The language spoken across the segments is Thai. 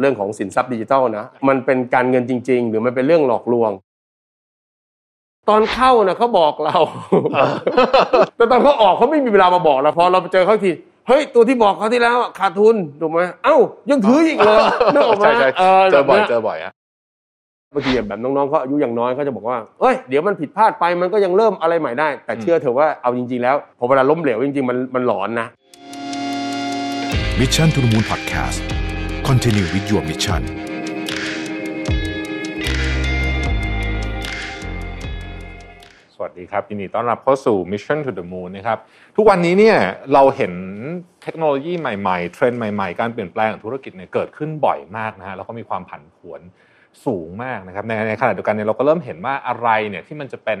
เรื่องของสินทรัพย์ดิจิทัลนะ มันเป็นการเงินจริง ๆ หรือมันเป็นเรื่องหลอกลวง ตอนเข้านะเขาบอก เรา แต่ตอนเขาออกเขาไม่มีเวลามาบอกเราพอเราไปเจอเขาอีกทีเฮ้ยตัวที่บอกเขาวที่แล้วอะขาดทุนถูกไหมเอ้ายังถืออีกเลยนึกออกไหม ใช่ใช่ เออ เจอบ่อย แบบ เจ นี้ย อบ่อยฮะ บางทีแบบน้องๆเขาอายุยังน้อยเขาจะบอกว่าเอ้ยเดี๋ยวมันผิดพลาดไปมันก็ยังเริ่มอะไรใหม่ได้ แต่เชื่อเถอะว่าเอาจริง ๆ แล้วพอเวลาล้มเหลวจริงๆมันมันหลอนนะ มิชชั่นทุ h มูลพอดแคสต์คอนเทนิววิดีโอมิชชั่น สวัสดีครับยินดีต้อนรับเข้าสู่ Mission to the Moon นะครับ ทุกวันนี้เนี่ยเราเห็นเทคโนโลยีใหม่ๆ เทรนด์ใหม่ๆ การเปลี่ยนแปลงของธุรกิจเนี่ยเกิดขึ้นบ่อยมากนะฮะแล้วก็มีความผันผวนสูงมากนะครับ ในในขณะเดียวกันเนี่ยเราก็เริ่มเห็นว่าอะไรเนี่ยที่มันจะเป็น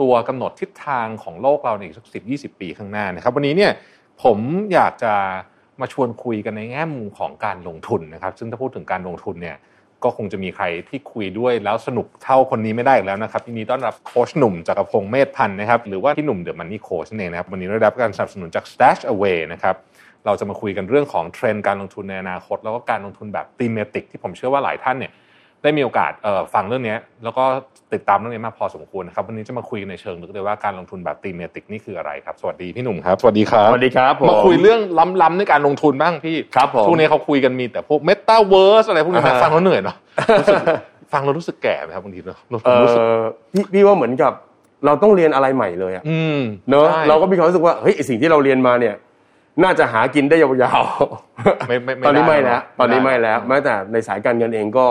ตัวกำหนดทิศทางของโลกเราในอีกสักสิบยีปีข้างหน้านะครับ วันนี้เนี่ยผมอยากจะมาชวนคุยกันในแง่มุมของการลงทุนนะครับ ซึ่งถ้าพูดถึงการลงทุนเนี่ย ก็คงจะมีใครที่คุยด้วยแล้วสนุกเท่าคนนี้ไม่ได้อีกแล้วนะครับยินดีต้อนรับโค้ชหนุ่มจักรพงศ์เมธพันธ์นะครับหรือว่าพี่หนุ่มเดอะมันนี่โค้ชนั่นเองนะครับวันนี้ได้รับการสนับสนุนจาก Stash Away นะครับเราจะมาคุยกันเรื่องของเทรนด์การลงทุนในอนาคต แล้วก็การลงทุนแบบตีเมติกที่ผมเชื่อว่าหลายท่านเนี่ยได้มีโอกาสเอ่อฟังเรื่องนี้แล้วก็ติดตามเรื่องนี้มาพอสมควรนะครับวันนี้จะมาคุยกันในเชิงลึกเลยว่าการลงทุนแบบตีเมติกนี่คืออะไรครับสวัสดีพี่หนุ่มครับสวัสดีครับ สวัสดีครับผม มาคุยเรื่องล้ำๆในการลงทุนบ้างพี่ ครับผม ช่วงนี้เขาคุยกันมีแต่พวกเมตาเวิร์สอะไรพวกนี้นะ อ่าฮะ ฟังแล้วเหนื่อย เนาะรู้สึกฟังแล้วรู้สึกแก่ไหมครับบางทีเนาะรู้ เอ สึก อพี่พี่ว่าเหมือนกับเราต้องเรียนอะไรใหม่เลยอะ อืม เนอะ ใช่ เราก็มีความรู้สึกว่าเฮ้ยไอ้สิ่งที่เราเรียนมาเนี่ย น่าจะหากินได้ยาวๆ ไม่ไม่ ตอนนี้ไม่แล้ว ด้ ตอนนี้ไม่แล้วแม้แต่ในสายการเงินเองก็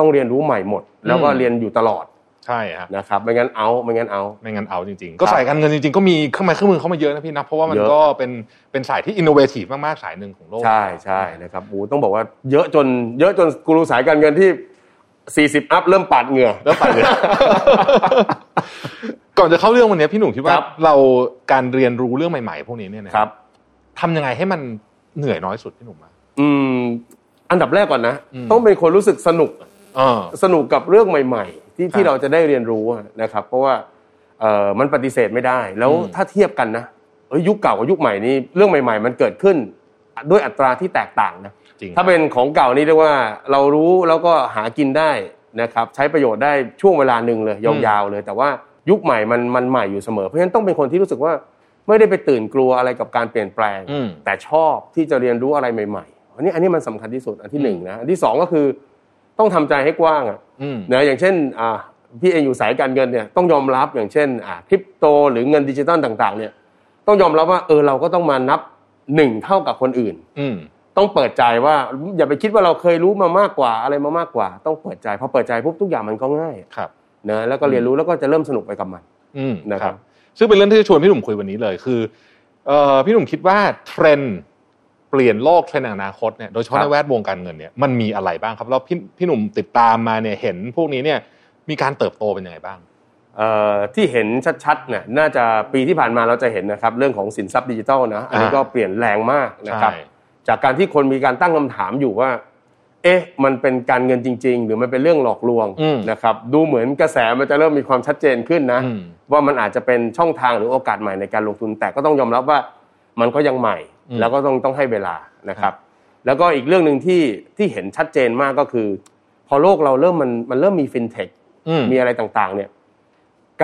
ต้องเรียนรู้ใหม่หมด แล้วก็เรียนอยู่ตลอด ใช่ฮะ นะครับไม่งั้นเอาไม่งั้นเอา ไม่งั้นเอาจริงๆ ก็สายการเงินจริงๆ ก็มีเครื่องไม้เครื่องมือเข้ามาเยอะนะพี่นะเพราะว่ามัน เยอะ ก็เป็นเป็นสายที่อินโนเวทีฟมากๆสายหนึ่งของโลก ใช่ใช่นะครับอูต้องบอกว่าเยอะจน เยอะจนกูรูสายการเงินที่ 40 อัพเริ่มปาดเหงื่อ แล้วฝันเลย ก่อนจะเข้าเรื่องวันนี้พี่หนุ่มคิดว่า ครับ เราการเรียนรู้เรื่องใหม่ๆ พวกนี้เนี่ยนะครับ ทำยังไงให้มันเหนื่อยน้อยสุดพี่หนุ่มอะ อืมอันดับแรกก่อนนะ อืม ต้องเป็นคนรู้สึกสนุก เออ สนุกกับเรื่องใหม่ ๆ ที่ ครับ ที่เราจะได้เรียนรู้อะนะครับ เพราะว่าเอ่อมันปฏิเสธไม่ได้ แล้ว อืม ถ้าเทียบกันนะเอ้ยยุคเก่ากับยุคใหม่นี่เรื่องใหม่ ๆ มันเกิดขึ้น ด้วยอัตราที่แตกต่างนะ จริง ถ้าเป็นของเก่านี่เรียกว่าเรารู้แล้วก็หากินได้นะครับ ใช้ประโยชน์ได้ช่วงเวลาหนึ่งเลยยาวๆเลย แต่ว่ายุคใหม่มันมันใหม่อยู่เสมอเพราะฉะนั้นต้องเป็นคนที่รู้สึกว่าไม่ได้ไปตื่นกลัวอะไรกับการเปลี่ยนแปลง อืม แต่ชอบที่จะเรียนรู้อะไรใหม่ๆ อันนี้อันนี้มันสำคัญที่สุดอันที่หนึ่งนะอันที่สองก็คือต้องทำใจให้กว้างอะ อืม นะอย่างเช่นอ่าพี่เองอยู่สายการเงินเนี่ยต้องยอมรับอย่างเช่นอ่าคริปโตหรือเงินดิจิตอลต่างๆเนี่ยต้องยอมรับว่าเออเราก็ต้องมานับหนึ่งเท่ากับคนอื่น อืม ต้องเปิดใจว่าอย่าไปคิดว่าเราเคยรู้มามากกว่าอะไรมามากกว่า ต้องเปิดใจพอเปิดใจปุ๊บทุกอย่างมันก็ง่าย ครับ นะแล้วก็เรียนรู้แล้วก็จะเริ่มสนุกไปกับมัน อืม นะ นะ ค ค รั รับ บ ซึ่งเป็นเรื่องที่จะชวนพี่หนุ่มคุยวันนี้เลยคือเอ่อพี่หนุ่มคิดว่าเทรนด์เปลี่ยนโลกเทรนด์อนาคตเนี่ยโดยเฉพาะในแวดวงการเงินเนี่ยมันมีอะไรบ้างครับแล้วพี่พี่หนุ่มติดตามมาเนี่ยเห็นพวกนี้เนี่ยมีการเติบโตเป็นยังไงบ้าง เอ่อที่เห็นชัดๆเนี่ยน่าจะปีที่ผ่านมาเราจะเห็นนะครับเรื่องของสินทรัพย์ดิจิทัลนะอันนี้ อ่า ก็เปลี่ยนแรงมากนะครับ ใช่ จากการที่คนมีการตั้งคำถามอยู่ว่า เอ๊ะ มันเป็นการเงินจริง ๆ หรือมันเป็นเรื่องหลอกลวงนะครับ ดูเหมือนกระแสมันจะเริ่มมีความชัดเจนขึ้นนะ อืม ว่ามันอาจจะเป็นช่องทางหรือโอกาสใหม่ในการลงทุน แต่ก็ต้องยอมรับว่ามันก็ยังใหม่ อืม แล้วก็ต้องต้องให้เวลานะครับ แล้วก็อีกเรื่องหนึ่งที่ที่เห็นชัดเจนมากก็คือ พอโลกเราเริ่มมันมันเริ่มมีฟินเทค อืม มีอะไรต่างๆ เนี่ย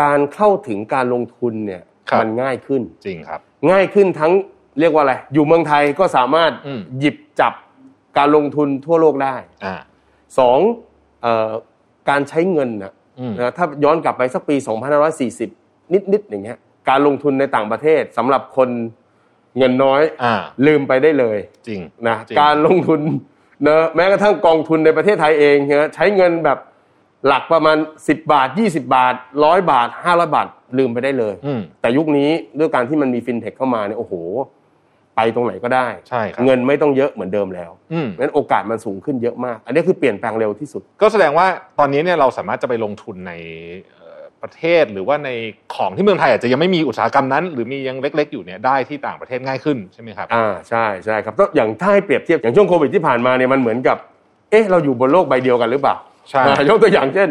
การเข้าถึงการลงทุนเนี่ย ครับ มันง่ายขึ้น จริงครับ ง่ายขึ้นทั้งเรียกว่าอะไร อยู่เมืองไทยก็สามารถ อืม หยิบจับการลงทุนทั่วโลกได้ อ่า สองเอ่อการใช้เงินนะ อืม นะถ้าย้อนกลับไปสักปี 2540 นิดๆอย่างเงี้ย การลงทุนในต่างประเทศสำหรับคนเงินน้อย อ่า ลืมไปได้เลย จริง นะ จริง การลงทุนนะแม้กระทั่งกองทุนในประเทศไทยเองนะใช้เงินแบบหลักประมาณ 10 บาท 20 บาท 100 บาท 500 บาท ลืมไปได้เลย อืม แต่ยุคนี้ด้วยการที่มันมีฟินเทคเข้ามาเนี่ยโอ้โห ไปตรงไหนก็ได้ ใช่ครับ เงินไม่ต้องเยอะเหมือนเดิมแล้ว อืม นั้นโอกาสมันสูงขึ้นเยอะมาก อันนี้คือเปลี่ยนแปลงเร็วที่สุด ก็แสดงว่าตอนนี้เนี่ยเราสามารถจะไปลงทุนในเอ่อประเทศหรือว่าในของที่เมืองไทยอาจจะยังไม่มีอุตสาหกรรมนั้น หรือมียังเล็ก ๆ อยู่เนี่ยได้ที่ต่างประเทศง่ายขึ้นใช่ไหมครับ อ่าใช่ใช่ครับต้องอย่างถ้าให้เปรียบเทียบอย่างช่วงโควิดที่ผ่านมาเนี่ยมันเหมือนกับ เอ๊ะเราอยู่บนโลกใบเดียวกันหรือเปล่า ใช่ อ่ายกตัวอย่างเช่น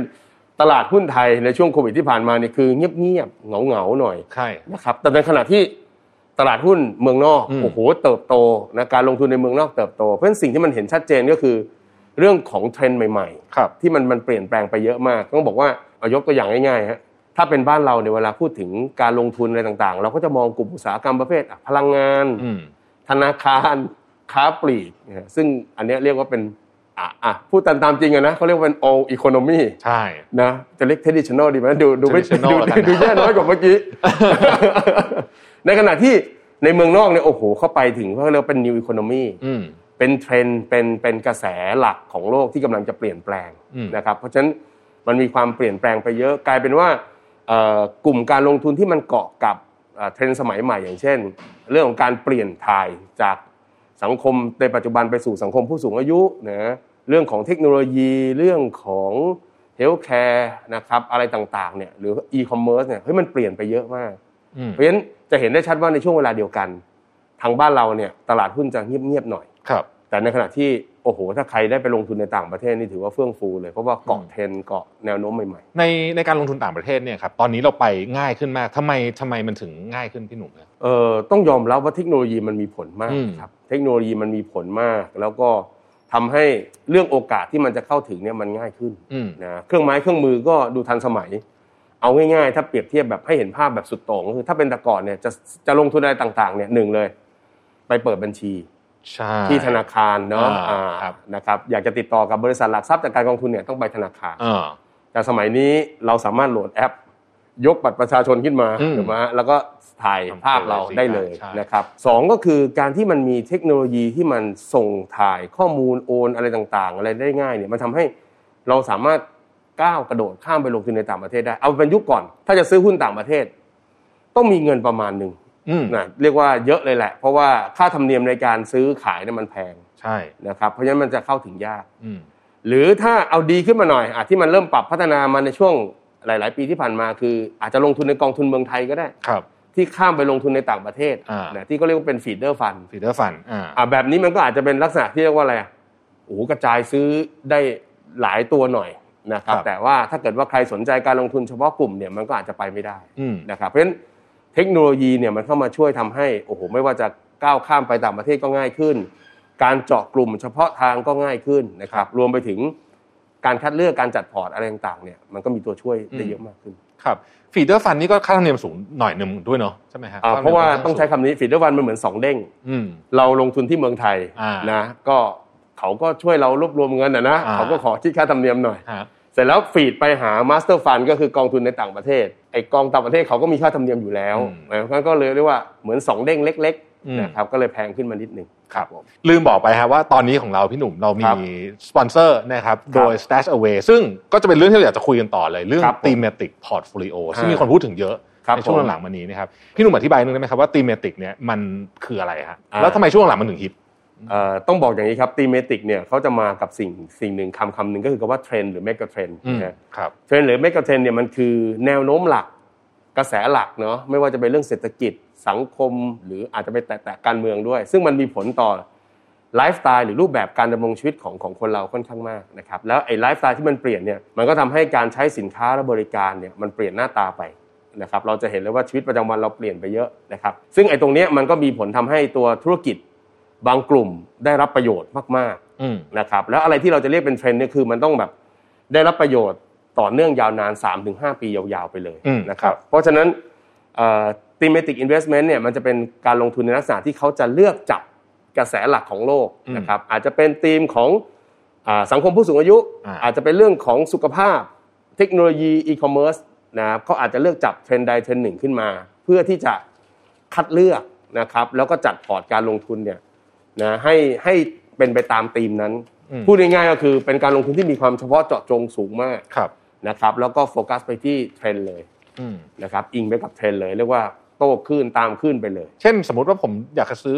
ตลาดหุ้นไทยในช่วงโควิดที่ผ่านมาเนี่ยคือเงียบๆเหงาๆหน่อย ใช่ นะครับแต่ในขณะที่ตลาดหุ้นเมืองนอก อืม โอ้โหเติบโตนะการลงทุนในเมืองนอกเติบโต เพราะฉะนั้นสิ่งที่มันเห็นชัดเจนก็คือ เรื่องของเทรนด์ใหม่ ครับ ๆ ที่มันมันเปลี่ยนแปลงไปเยอะมาก ต้องบอกว่าเอายกตัวอย่างง่ายๆฮะถ้าเป็นบ้านเราเนี่ยเวลาพูดถึงการลงทุนอะไรต่างๆ เราก็จะมองกลุ่มอุตสาหกรรมประเภทอ่ะพลังงาน อืม ธนาคารค้าปลีกนะฮะซึ่งอันเนี้ยเรียกว่าเป็นอ่ะอ่ะพูดตามตามจริงอะนะเขาเรียกว่าเป็น all economy ใช่ นะจะเรียก traditional ดีไหมดูดูไม่ traditional ดู แล้วกัน ดูดูแย่น้อยกว่าเมื่อกี้ ในขณะที่ในเมืองนอกเนี่ยโอ้โหเข้าไปถึงเขาเรียกว่าเป็น new economy อืม เป็นเทรนด์เป็นเป็นกระแสหลักของโลกที่กำลังจะเปลี่ยนแปลง อืม นะครับเพราะฉะนั้นมันมีความเปลี่ยนแปลงไปเยอะกลายเป็นว่าเอ่อกลุ่มการลงทุนที่มันเกาะกับเอ่อเทรนด์สมัยใหม่อย่างเช่น เรื่องของการเปลี่ยนถ่ายจากสังคมในปัจจุบันไปสู่สังคมผู้สูงอายุนะเรื่องของเทคโนโลยีเรื่องของเฮลท์แคร์นะครับอะไรต่างๆเนี่ยหรืออีคอมเมิร์ซเนี่ยเฮ้ยมันเปลี่ยนไปเยอะมาก อืม เพราะฉะนั้นจะเห็นได้ชัดว่าในช่วงเวลาเดียวกัน ทางบ้านเราเนี่ยตลาดหุ้นจะเงียบๆหน่อย ครับ แต่ในขณะที่โอ้โห ถ้าใครได้ไปลงทุนในต่างประเทศนี่ถือว่าเฟื่องฟูเลยเพราะว่าเกาะเทรนด์เกาะแนวโน้มใหม่ ในในการลงทุนต่างประเทศเนี่ยครับตอนนี้เราไปง่ายขึ้นมากทำไมทำไมมันถึงง่ายขึ้นพี่หนุ่มครับ ๆเอ่อต้องยอมรับว่าเทคโนโลยีมันมีผลมาก อืม ครับเทคโนโลยีมันมีผลมาก แล้วก็ทำให้เรื่องโอกาสที่มันจะเข้าถึงเนี่ยมันง่ายขึ้น อืม นะเครื่องไม้เครื่องมือก็ดูทันสมัย เอาง่ายๆ ถ้าเปรียบเทียบแบบให้เห็นภาพแบบสุดโต่งก็คือถ้าเป็นแต่ก่อนเนี่ยจะจะลงทุนอะไรต่างๆเนี่ยหนึ่งเลย ไปเปิดบัญชี ใช่ ที่ธนาคารเนาะ อ่า อ่า ครับ นะครับอยากจะติดต่อกับบริษัทหลักทรัพย์จากการกองทุนเนี่ยต้องไปธนาคาร เออ แต่สมัยนี้เราสามารถโหลดแอป ยกบัตรประชาชนขึ้นมา อืม ถูกไหมฮะแล้วก็ถ่ายภาพเรา ทำเป็น ได้เลย ใช่ นะครับสองก็คือการที่มันมีเทคโนโลยีที่มันส่งถ่ายข้อมูลโอนอะไรต่างๆ อะไรได้ง่ายเนี่ยมันทำให้เราสามารถก้าวกระโดดข้ามไปลงทุนในต่างประเทศได้ เอาเป็นยุคก่อน ถ้าจะซื้อหุ้นต่างประเทศ ต้องมีเงินประมาณหนึ่ง อืม นะเรียกว่าเยอะเลยแหละ เพราะว่าค่าธรรมเนียมในการซื้อขายเนี่ยมันแพง ใช่ นะครับเพราะฉะนั้นมันจะเข้าถึงยาก อืม หรือถ้าเอาดีขึ้นมาหน่อยอาจที่มันเริ่มปรับพัฒนามาในช่วงหลาย ๆ ปีที่ผ่านมาคือ อาจจะลงทุนในกองทุนเมืองไทยก็ได้ ครับ ที่ข้ามไปลงทุนในต่างประเทศ อ่า นะที่ก็เรียกว่าเป็นฟีดเดอร์ฟัน ฟีเดอร์ฟันอ่า อ่าแบบนี้มันก็อาจจะเป็นลักษณะที่เรียกว่าอะไรอ่ะโอ้โหกระจายซื้อได้หลายตัวหน่อยนะครับแต่ว่าถ้าเกิดว่าใครสนใจการลงทุนเฉพาะกลุ่มเนี่ยมันก็อาจจะไปไม่ได้ อืม นะครับเพราะฉะนั้นเทคโนโลยีเนี่ยมันเข้ามาช่วยทำให้โอ้โหไม่ว่าจะก้าวข้ามไปต่างประเทศก็ง่ายขึ้น การเจาะกลุ่มเฉพาะทางก็ง่ายขึ้นนะครับ รวมไปถึงการคัดเลือกการจัดพอร์ตอะไรต่างๆเนี่ยมันก็มีตัวช่วยได้เยอะมากขึ้น ครับฟีเดอร์ฟันนี่ก็ค่าธรรมเนียมสูงหน่อยหนึ่งด้วยเนาะใช่ไหมฮะ อ่าเพราะว่าต้องใช้คำนี้ฟีดเดอร์วันมันเหมือนสองเด้ง อืม เราลงทุนที่เมืองไทย อ่าน นะก็เขาก็ช่วยเรารวบรวมเงินนะนะเขาก็ขอคิดค่าธรรมเนียมหน่อย ฮะ เสร็จแล้วฟีดไปหามาสเตอร์ฟันก็คือกองทุนในต่างประเทศไอกองต่างประเทศเขาก็มีค่าธรรมเนียมอยู่แล้วนะงั้นก็เลยเรียกว่าเหมือนสองเด้งเล็ก อืม ๆนะครับก็เลยแพงขึ้นมานิดนึง ครับผมลืมบอกไปฮะว่าตอนนี้ของเราพี่หนุ่มเรา ค มี รับ สปอนเซอร์นะครับ ค โด รับ ย Stash Away ซึ่งก็จะเป็นเรื่องที่เราอยากจะคุยกันต่อเลยเรื่อง ครับผม thematic portfolio ซึ่ง ฮะ มีคนพูดถึงเยอะ ครับ ในช่วงหลังๆมานี้นะครับพี่หนุ่มอธิบายหนึงได้ไหมครับว่า thematic เนี่ยมันคืออะไรฮะ อ่า แล้วทำไมช่วงหลังมันถึงฮิต เอ่อต้องบอกอย่างนี้ครับตีเมติกเนี่ยเขาจะมากับสิ่งสิ่งหนึ่งคำคำหนึ่งก็คือคำว่าเทรนหรือเมกะเทรนนะฮะ ครับ เทรนด์หรือเมกะเทรนด์เนี่ยมันคือแนวโน้มหลักกระแสหลักเนาะไม่ว่าจะเป็นเรื่องเศรษฐกิจสังคมหรืออาจจะไปแตะๆการเมืองด้วย ซึ่งมันมีผลต่อไลฟ์สไตล์หรือรูปแบบการดำรงชีวิตของของคนเราค่อนข้างมากนะครับแล้วไอ้ไลฟ์สไตล์ที่มันเปลี่ยนเนี่ยมันก็ทำให้การใช้สินค้าและบริการเนี่ยมันเปลี่ยนหน้าตาไปนะครับเราจะเห็นเลยว่าชีวิตประจำวันเราเปลี่ยนไปเยอะนะครับซึ่งไอ้ตรงเนี้ยมันก็มีผลทำให้ตัวธุรกิจบางกลุ่มได้รับประโยชน์มากๆ อืม นะครับแล้วอะไรที่เราจะเรียกเป็นเทรนด์เนี่ยคือมันต้องแบบได้รับประโยชน์ต่อเนื่องยาวนาน 3-5 ปียาวๆไปเลย อืม นะครับเพราะฉะนั้นตีเมติกอินเวสเมนต์เนี่ยมันจะเป็นการลงทุนในลักษณะที่เขาจะเลือกจับกระแสหลักของโลก อืม นะครับอาจจะเป็นธีมของอาสังคมผู้สูงอายุ อ่า อาจจะเป็นเรื่องของสุขภาพเทคโนโลยีอีคอมเมิร์ซนะครับเขาอาจจะเลือกจับเทรนด์ใดเทรนด์หนึ่งขึ้นมา เพื่อที่จะคัดเลือกนะครับแล้วก็จัดพอร์ตการลงทุนเนี่ย นะให้ให้เป็นไปตามธีมนั้น อืม พูดง่ายๆก็คือเป็นการลงทุนที่มีความเฉพาะเจาะจงสูงมาก ครับ นะครับแล้วก็โฟกัสไปที่เทรนด์เลย อืม นะครับอิงไปกับเทรนด์เลยเรียกว่าโต้ขึ้นตามขึ้นไปเลย เช่นสมมติว่าผมอยากจะซื้อ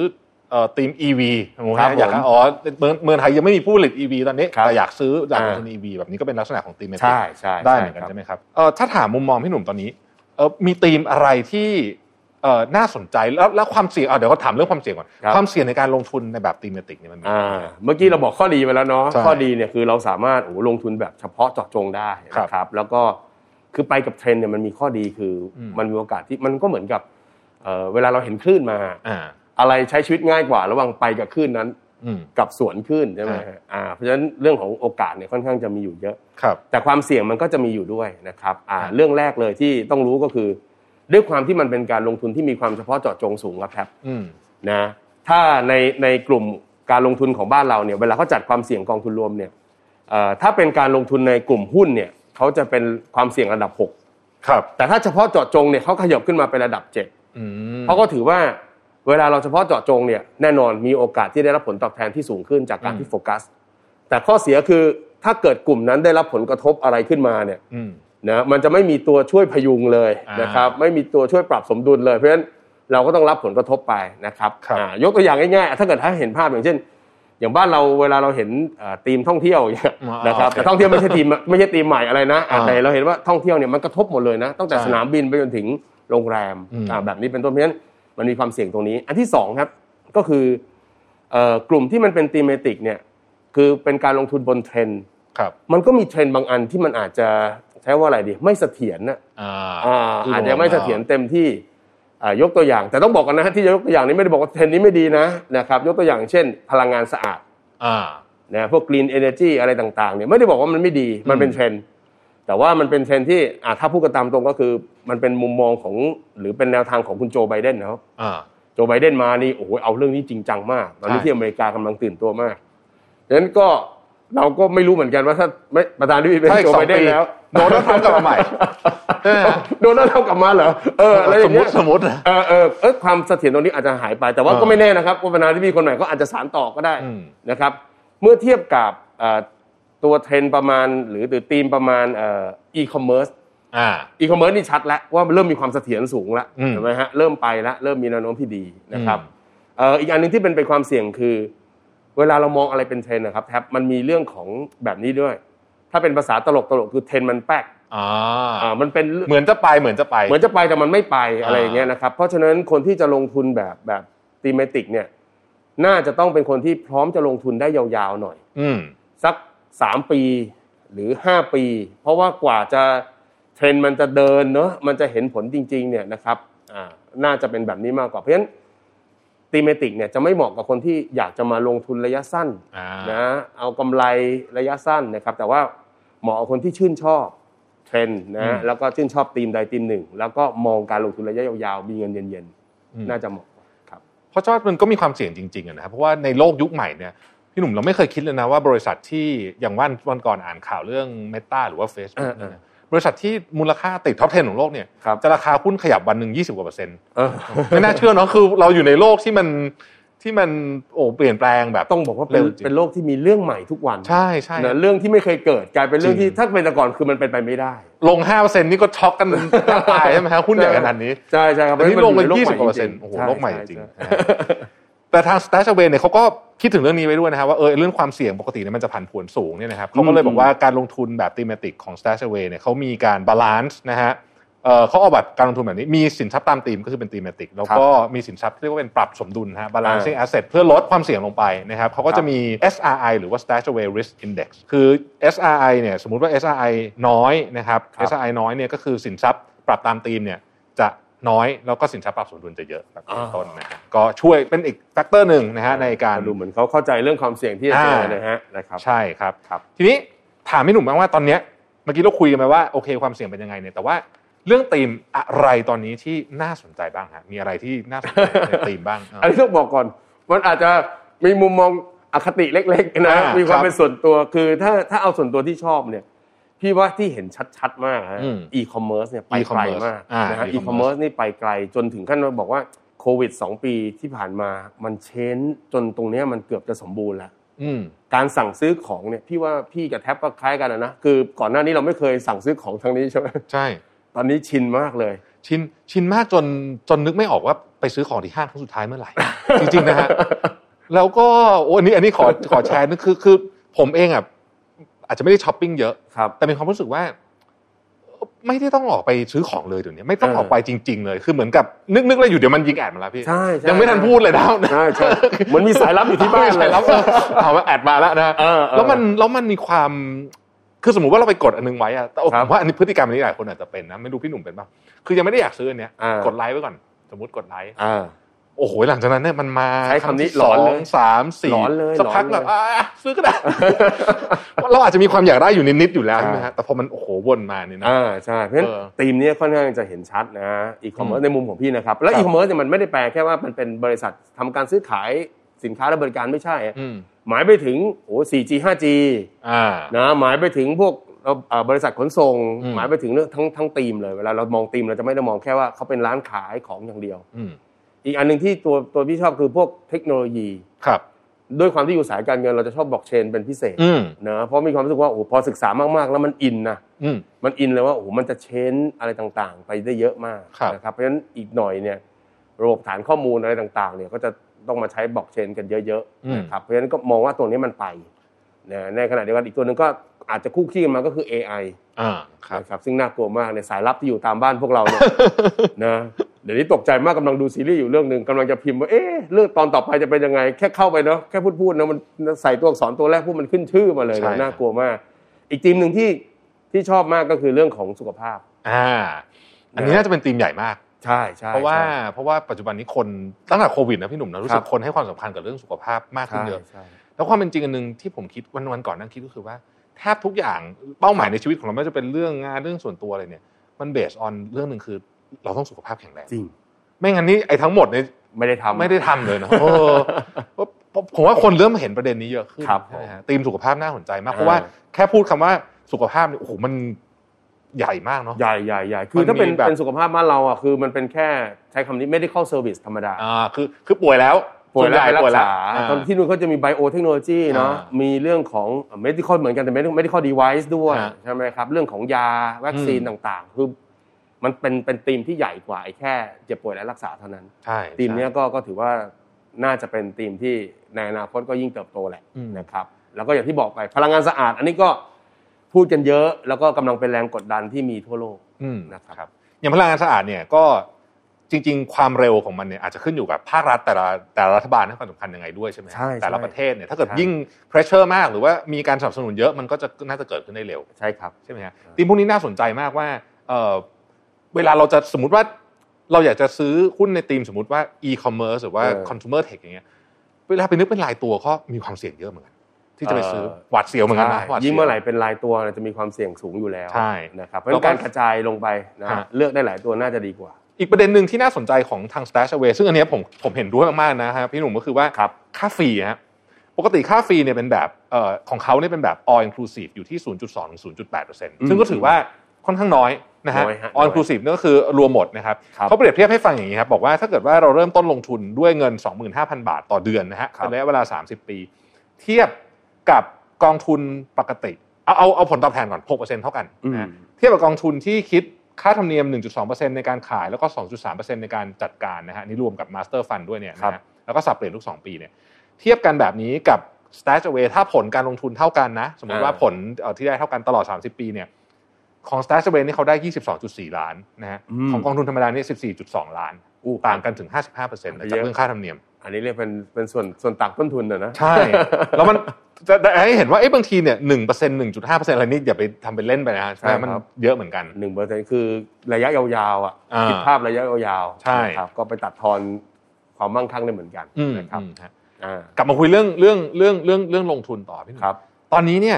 เอ่อทีม EV สมมติ ครับ นะอยากจะ ผม อ๋อเมืองเมืองไทยยังไม่มีผู้ผลิต EV ตอนนี้ ครับ แต่อยากซื้ออยากลง อ่า ทุน EV แบบนี้ก็เป็นลักษณะของทีม ใช่ใช่ ได้เหมือนกัคนรับ ใช่ไหมครับเอ่อถ้าถามมุมมองพี่หนุ่มตอนนี้เอ่อมีธีมอะไรที่เอ่อน่าสนใจแล้วแล้วความเสี่ยงอ่ะเดี๋ยวก็ถามเรื่องความเสี่ยงก่อน ครับ ความเสี่ยงในการลงทุนในแบบธีมติกเนี่ยมันมี อ่าเมื่อกี้เราบอกข้อดีไปแล้วเนาะ ใช่ ข้อดีเนี่ยคือเราสามารถโอ้โหลงทุนแบบเฉพาะเจาะจงได้ ครับ นะครับแล้วก็คือไปกับเทรนด์เนี่ยมันมีข้อดีคืออ ม มันมีโอกาสที่มันก็เหมือนกับเอ่อเวลาเราเห็นคลื่นมา อ่า อะไรใช้ชีวิตง่ายกว่า ระหว่างไปกับคลื่นนั้น อืม กับสวนขึ้นใช่ไหมฮะอ่าเพราะฉะนั้นเรื่องของโอกาสเนี่ยค่อนข้างจะมีอยู่เยอะ ครับ แต่ความเสี่ยงมันก็จะมีอยู่ด้วยนะครับอ่า ครับ เรื่องแรกเลยที่ต้องรู้ก็คือ ด้วยความที่มันเป็นการลงทุนที่มีความเฉพาะเจาะจงสูงครับแพท อืม นะถ้าในในกลุ่มการลงทุนของบ้านเราเนี่ยเวลาเขาจัดความเสี่ยงกองทุนรวมเนี่ยเอ่อถ้าเป็นการลงทุนในกลุ่มหุ้นเนี่ยเขาจะเป็นความเสี่ยงระดับ 6 ครับ แต่ถ้าเฉพาะเจาะจงเนี่ยเขาขยับขึ้นมาเป็นระดับ 7 อืม เขาก็ถือว่าเวลาเราเฉพาะเจาะจงเนี่ยแน่นอนมีโอกาสที่ได้รับผลตอบแทนที่สูงขึ้นจากการ อืม ที่โฟกัส แต่ข้อเสียคือถ้าเกิดกลุ่มนั้นได้รับผลกระทบอะไรขึ้นมาเนี่ย อืม นะมันจะไม่มีตัวช่วยพยุงเลย อ่าน นะครับไม่มีตัวช่วยปรับสมดุลเลยเพราะฉะนั้นเราก็ต้องรับผลกระทบไปนะครับ ครับ อ่ายกตัวอย่างง่ายๆอ่ะถ้าเกิดถ้าเห็นภาพอย่างเช่น อย่างบ้านเราเวลาเราเห็นเอ่อทีมท่องเที่ยวอย่างเงี้ย อ๋อ นะครับ โอเค แต่ท่องเที่ยวไม่ใช่ทีมไม่ใช่ทีมใหม่อะไรนะอ่ะ อ่า แต่เราเห็นว่าท่องเที่ยวเนี่ยมันกระทบหมดเลยนะตั้งแต่ ใช่ สนามบินไปจนถึงโรงแรม อืม อ่า แบบนี้เป็นต้นเพราะฉะนั้นมันมีความเสี่ยงตรงนี้ อันที่สองครับก็คือเอ่อกลุ่มที่มันเป็นตีมเมติกเนี่ยคือเป็นการลงทุนบนเทรนด์ ครับ มันก็มีเทรนด์บางอันที่มันอาจจะใช้ว่าอะไรดี ไม่เสถียรนะ อ่า อ่าอาจจะไม่เสถียรเต็มที่อ่ายกตัวอย่าง แต่ต้องบอกกันนะฮะที่จะยกตัวอย่างนี้ไม่ได้บอกว่าเทรนด์นี้ไม่ดีนะนะครับยกตัวอย่างเช่น พลังงานสะอาด อ่า นะพวก Green Energy อะไรต่าง ๆ เนี่ยไม่ได้บอกว่ามันไม่ดีมันเป็นเทรนด์แต่ว่ามันเป็นเทรนด์ที่อ่ะถ้าพูดกันตามตรงก็คือมันเป็นมุมมองของหรือเป็นแนวทางของคุณโจไบเดนนะครับ อ่า โจไบเดนมานี่โอ้โหเอาเรื่องนี้จริงจังมากตอนนี้ ใช่ ที่อเมริกากำลังตื่นตัวมากฉะนั้นก็เราก็ไม่รู้เหมือนกันว่าถ้าไม่ประธานาธิบดีเป็น ถ้าอีก โจ สอง ไบเดน ปี แล้ว โดนัลด์ทรัมป์กลับมาใหม่ใช่ไหมฮะ โดนัลด์ทรัมป์กลับมาเหรอเอออะไรอ สย่างมม เงี้ ติ ย สมมตินะ เออเออเออความเสถียรตรงนี้อาจจะหายไปแต่ว่า เออ ก็ไม่แน่นะครับว่าประธานาธิบดีคนใหม่ก็อาจจะสานต่อก็ได้ อืม นะครับ เมื่อเทียบกับเอ่อตัวเทรนด์ประมาณหรือหรือธีมประมาณอีคอมเมิร์ซ อ่า อีคอมเมิร์ซนี่ชัดแล้วว่ามันเริ่มมีความเสถียรสูงแล้ว อืม ใช่ไหมฮะเริ่มไปแล้วเริ่มมีแนวโน้มที่ดีนะครับ อืม เอ่ออีกอันหนึงที่เป็นเป็นความเสี่ยงคือ เวลาเรามองอะไรเป็นเทรนด์นะครับแท็บมันมีเรื่องของแบบนี้ด้วย ถ้าเป็นภาษาตลกตลกคือเทรนด์มันแป๊ก อ่า อ่ามันเป็น เหมือนจะไปเหมือนจะไป เหมือนจะไปแต่มันไม่ไปอะไร อ่า อย่างเงี้ยนะครับ เพราะฉะนั้นคนที่จะลงทุนแบบแบบตีเมติกเนี่ยน่าจะต้องเป็นคนที่พร้อมจะลงทุนได้ยาวๆหน่อย อืม สัก 3 ปีหรือ 5 ปี เพราะว่ากว่าจะเทรนด์มันจะเดินเนอะมันจะเห็นผลจริงๆเนี่ยนะครับอ่าน่าจะเป็นแบบนี้มากกว่าเพราะฉะนั้นตีเมติกเนี่ยจะไม่เหมาะกับคนที่อยากจะมาลงทุนระยะสั้น อ่า นะเอากำไรระยะสั้นนะครับ แต่ว่าเหมาะกับคนที่ชื่นชอบเทรนด์ อื นะ ม แล้วก็ชื่นชอบธีมใดธีมหนึ่ง แล้วก็มองการลงทุนระยะยาวๆมีเงินเย็น อืม ๆ น่าจะเหมาะครับ เพราะฉะนั้นมันก็มีความเสี่ยงจริงๆอะนะครับเพราะว่าในโลกยุคใหม่เนี่ยพี่หนุ่มเราไม่เคยคิดเลยนะว่าบริษัทที่อย่างวันวันก่อนอ่านข่าวเรื่อง Meta หรือว่า Facebook เออ เนี่ยนะบริษัทที่มูลค่าติดท็อป 10 ของโลกเนี่ย ครับ จะราคาหุ้นขยับวันหนึ่ง20กว่าเปอร์เซ็นต์ เออ ไม่น่าเชื่อเนาะคือเราอยู่ในโลกที่มันที่มันโอ้เปลี่ยนแปลงแบบ ต้องบอกว่าเป็น เร็วจริง เป็นโลกที่มีเรื่องใหม่ทุกวัน ใช่ใช่ นะเรื่องที่ไม่เคยเกิดกลายเป็นเรื่องที่ จริง ถ้าเป็นแต่ก่อนคือมันเป็นไปไม่ได้ ลง5เปอร์เซ็นต์นี่ก็ช็อกกันแทบตายใช่ไหมฮะหุ้นใหญ่ขนาดนี้ ใช่ใช่ครับ แต่นี่ลงเลย มั ยี่ ใ สิบกว่าเปอร์ จ เซ็น ง ต์ ๆ โอ้โห ช่ โลกใหม่จริง ช่ ๆ ใช่ นะฮะแต่ทาง Stash Away เนี่ยเขาก็คิดถึงเรื่องนี้ไว้ด้วยนะครับว่าเออเรื่องความเสี่ยงปกติเนี่ยมันจะผันผวนสูงเนี่ยนะครับเขาก็เลยบอกว่าการลงทุนแบบ thematic ของ Stash Away เนี่ยเขามีการบาลานซ์นะฮะเอ่อเขาออกแบบการลงทุนแบบนี้มีสินทรัพย์ตามธีมก็คือเป็น thematic แล้วก็มีสินทรัพย์ที่เรียกว่าเป็นปรับสมดุลนะฮะ balancing asset เพื่อลดความเสี่ยงลงไปนะครับเขาก็จะมี SRI หรือว่า Stash Away Risk Index คือ SRI เนี่ยสมมุติว่า SRI น้อยนะครับ SRI น้อยเนี่ยก็คือสินทรัพย์ปรับตามธีมเนี่ยจะน้อยแล้วก็สินทรัพย์ปรับสมดุลจะเยอะแบบนี้เป็นต้นนะฮะก็ช่วยเป็นอีกแฟกเตอร์หนึ่งนะฮะในการ ดูเหมือนเขาเข้าใจเรื่องความเสี่ยงที่จะเจอ อ่าน นะฮะนะครับ ใช่ครับ ครับ ทีนี้ถามพี่หนุ่มบ้างว่าตอนเนี้ยเมื่อกี้เราคุยกันไปว่าโอเคความเสี่ยงเป็นยังไงเนี่ยแต่ว่าเรื่องธีมอะไรตอนนี้ที่น่าสนใจบ้างฮะมีอะไรที่น่าสนใจในธีมบ้าง อ่ะ อันนี้ต้องบอกก่อน มันอาจจะมีมุมมองอคติเล็กๆนะ อ่า มีความ ครับ เป็นส่วนตัว คือถ้าถ้าเอาส่วนตัวที่ชอบเนี่ย พี่ว่าที่เห็นชัดๆมากฮะ อืม อีคอมเมิร์ซเนี่ยไปไกล e-commerce มาก อ่า นะฮะ e-commerce อีคอมเมิร์ซนี่ไปไกลจนถึงขั้นว่าบอกว่าโควิด 2 ปีที่ผ่านมา มันเชนจนตรงเนี้ยมันเกือบจะสมบูรณ์แล้ว อืม การสั่งซื้อของเนี่ยพี่ว่าพี่กับแท็บก็คล้ายกันอะนะ คือก่อนหน้านี้เราไม่เคยสั่งซื้อของทางนี้ใช่ไหม ใช่ ตอนนี้ชินมากเลย ชินชินมากจนจนนึกไม่ออกว่าไปซื้อของที่ห้างครั้งสุดท้ายเมื่อไหร่ จริงๆนะฮะแล้วก็โอ้อันนี้อันนี้ขอขอแชร์นึงคือคือผมเองอ่ะอาจจะไม่ได้ช้อปปิ้งเยอะ ครับ แต่มีความรู้สึกว่าไม่ได้ต้องออกไปซื้อของเลยเดี๋ยวนี้ไม่ต้องออกไปจริง ๆ เลย คือเหมือนกับนึกๆแล้วอยู่เดี๋ยวมันยิงแอดมาแล้วพี่ ใช่ใช่ ยังไม่ทันพูดเลยนะ ใช่ใช่เหมือนมีสายลับอยู่ที่บ้านเล ใช่ ย แล้วเอามาแอดมาแล้วนะ เออเออ แล้วมันแล้วมันมีความคือสมมติว่าเราไปกดอันนึงไว้อะแต่ ครั ผ บ มว่าอันนี้พฤติกรรมอันนี้หลายคนอาจจะเป็นนะไม่รู้พี่หนุ่มเป็นป่ะคือยังไม่ได้อยากซื้ออันเนี้ย อ่าก ก ดไลค์ไว้ก่อน สมมติกดไลค์ อ่า โอ้โหหลังจากนั้นเนี่ยมันมา ใช้คำนี้ รั้งที่ หลอนเลย สงสามสี่ หลอนเลย สักพัก หลอนเลย แบบอ่ะซื้อก็ได้ เราอาจจะมีความอยากได้อยู่นิดๆอยู่แล้ว อ่า ใช่ไหมฮะแต่พอมันโอ้โหวนมาเนี่ยนะ อ่าใช่เพราะฉะนั้น เออ ธีมเนี้ยค่อนข้างจะเห็นชัดนะอีคอมเมิร์ อื ซ ม ในมุมของพี่นะครับ และ ครับ อีคอมเมิร์ซเนี่ยมันไม่ได้แปลแค่ว่ามันเป็นบริษัททำการซื้อขายสินค้าและบริการไม่ใช่ อืม หมายไปถึงโอ้ 4G 5G อ่า นะหมายไปถึงพวกเอ่อเอ่อบริษัทขนส่ง อืม หมายไปถึงเรื่องทั้งทั้งธีมเลยเวลาเรามองธีมเราจะไม่ได้มองแค่ว่าเขาเป็นร้านขายของอย่างเดียว อืม อีกอันหนึ่งที่ตัวตัวพี่ชอบคือพวกเทคโนโลยี ครับ ด้วยความที่อยู่สายการเงินเราจะชอบบล็อกเชนเป็นพิเศษ อืม นะเพราะมีความรู้สึกว่าโอ้โหพอศึกษามากๆ แล้วมันอินนะ อืม มันอินเลยว่าโอ้โหมันจะเชนอะไรต่างๆ ไปได้เยอะมาก ครับ นะครับเพราะฉะนั้นอีกหน่อยเนี่ยระบบฐานข้อมูลอะไรต่างๆเนี่ยก็จะต้องมาใช้บล็อกเชนกันเยอะ อืม ๆครับเพราะฉะนั้นก็มองว่าตัวนี้มันไปนะในขณะเดียวกันอีกตัวหนึ่งก็อาจจะคู่ขี้กันมาก็คือ AI อ่าครับ นะครับซึ่งน่ากลัวมากในยสายลับที่อยู่ตามบ้านพวกเรา เนี่ย นะเดี๋ยวนี้ตกใจมากกำลังดูซีรีส์อยู่เรื่องหนึ่งกำลังจะพิมพ์ว่าเอ๊ะเรื่องตอนต่อไปจะเป็นยังไง แค่เข้าไปเนาะแค่พูดพูดๆนะมันใส่ตัวอักษรตัวแรกพูดมันขึ้นชื่อมาเลย ใช่ นะน่ากลัวมาก อีกทีมหนึ่งที่ที่ชอบมากก็คือเรื่องของสุขภาพ อ่า อันนี้ นะ น่าจะเป็นธีมใหญ่มาก ใช่ใช่ เพราะว่าเพราะว่าปัจจุบันนี้คนตั้งแต่โควิดนะพี่หนุ่มนะรู้สึก ครับ คนให้ความสำคัญกับเรื่องสุขภาพมากขึ้ ใช่ นเยอะ ใช่ แล้วความเป็นจริงอันหนึ่งที่ผมคิดวันวันก่อนนั่งคิดก็คือว่าแทบทุกอย่างเป้าหมายในชีวิตของเราไม่ว่าจะเป็นเรื่องงานเรื่องส่วนตัวอะไรเนี่ย มันเบสออนเรื่องหนึ่งคือ เราต้องสุขภาพแข็งแรง จริง ไม่งั้นนี่ไอ้ทั้งหมดเนี่ย ไม่ได้ทำ ไม่ได้ทำเลยนะเออผมว่าคนเริ่มเห็นประเด็นนี้เยอะขึ้น ครับ ใช่ไหมฮะธีมสุขภาพน่าสนใจมาก อ่า เพราะว่าแค่พูดคำว่าสุขภาพเนี่ยโอ้โหมันใหญ่มากเนาะ ใหญ่ใหญ่ใหญ่คื มั อน ถ้าเป็น มีแบบ เป็นสุขภาพบ้านเราอ่ะคือมันเป็นแค่ใช้คำนี้ไม่ได้เข้าเซอร์วิสธรรมดา อ่าคือคือป่วยแล้ว ป่วยแล้วไป ส่นใหญ่ รั ป่ กษา อ่า ตอนที่นู่นเขาจะมีไบโอเทคโนโลยีเนาะ อ่ามีมีเรื่องของ medical เหมือนกันแต่ medical medical device ด้วย ฮะ ใช่ไหมครับ เรื่องของยาวัคซีนต่างๆ คือมันเป็นเป็นธีมที่ใหญ่กว่าไอ้แค่เจ็บป่วยและรักษาเท่านั้น ใช่ ธีมเนี้ย ใช่ ก็ก็ถือว่าน่าจะเป็นธีมที่ในอนาคตก็ยิ่งเติบโตแหละ อืม นะครับ แล้วก็อย่างที่บอกไปพลังงานสะอาด อันนี้ก็พูดกันเยอะแล้วก็กำลังเป็นแรงกดดันที่มีทั่วโลก อืม นะครับ อย่างพลังงานสะอาดเนี่ยก็จริง ๆ ความเร็วของมันเนี่ยอาจจะขึ้นอยู่กับภาครัฐแต่ละแต่ละรัฐบาลให้ความสำคัญยังไงด้วยใช่ไหมฮะ ใช่ใช่ แต่ละประเทศเนี่ยถ้าเกิด ใช่ ยิ่ง pressure มากหรือว่ามีการสนับสนุนเยอะมันก็จะน่าจะเกิดขึ้นได้เร็ว ใช่ครับ ใช่ไหมฮะทีมพวกนี้น่าสนใจมากว่าเอ่อเวลาเราจะสมมติว่าเราอยากจะซื้อหุ้นในทีมสมมติว่า e-commerce หรือว่า เออ consumer tech อย่างเงี้ยเวลาไปนึกเป็นรายตัวก็มีความเสี่ยงเยอะเหมือนกันที่จะไปซื้อ เออ หวาดเสียวเหมือนกันนะ ใช่ หวาดเสียว ยิ่งเมื่อไหร่เป็นรายตัวเนี่ยจะมีความเสี่ยงสูงอยู่แล้ว ใช่ นะครับเพราะฉะนั้นการกระจายลงไปนะ ฮะ เลือกได้หลายตัวน่าจะดีกว่า อีกประเด็นหนึ่งที่น่าสนใจของทาง stash away ซึ่งอันเนี้ยผมผมเห็นด้วยมากๆนะฮะพี่หนุ่มก็คือว่า ครับ ค่าฟรีฮะปกติค่าฟรีเนี่ยเป็นแบบเอ่อของเขาเนี่ยเป็นแบบ all inclusive อยู่ที่ 0.2ถึง0.8 ซึ่งก็ถือว่าค่อนข้างน้อยนะฮะ น้อยฮะ all inclusive เนี่ยก็คือรวมหมดนะครับ ครับ เขาเปรียบเทียบให้ฟังอย่างนี้ครับ บอกว่าถ้าเกิดว่าเราเริ่มต้นลงทุนด้วยเงิน 25,000 บาทต่อเดือนนะฮะ ครับ เป็นระยะเวลา 30 ปี เทียบกับกองทุนปกติ เอาเอาเอาผลตอบแทนก่อน6%เท่ากันนะฮะ เทียบกับกองทุนที่คิดค่าธรรมเนียม 1.2%ในการขายแล้วก็ 2.3%ในการจัดการนะฮะนี่รวมกับ Master Fund ด้วยเนี่ยนะ ครั ฮะ บ แล้วก็สับเปลี่ยนทุก 2 ปีเนี่ยเทียบกันแบบนี้กับ Stash Away ถ้าผลการลงทุนเท่ากันนะ สมมติว่าผลเอ่อที่ได้เท่ากันตลอด 30 ปีเนี่ยของ Stash Away นี่เขาได้ 22.4 ล้านนะฮะของกองทุนธรรมดานี่14.2 ล้าน อู้ ต่างกันถึง 55%นะจากเรื่องค่าธรรมเนียม อันนี้เรียกเป็นเป็นส่วนส่วนต่างต้นทุนนะนะ ใช่ แล้วมันจะจะให้เห็นว่าเอ้บางทีเนี่ยหนึ่งเปอร์เซ็นต์หนึ่งจุดห้าเปอร์เซ็นต์อะไรนี่อย่าไปทำเป็นเล่นไปนะฮะ ใช่ครับ มันเยอะเหมือนกัน หนึ่งเปอร์เซ็นต์คือระยะยาวๆอ่ะ อ่า คิดภาพระยะยาวๆ ใช่ นะครับก็ไปตัดทอนความมั่งคั่งได้เหมือนกัน อืม นะครับ อืมฮะ อ่าก ลับมาคุยเรื่องเรื่องเรื่องเรื่องเรื่องลงทุนต่อพี่หนุ่ม ครับ ตอนนี้เนี่ย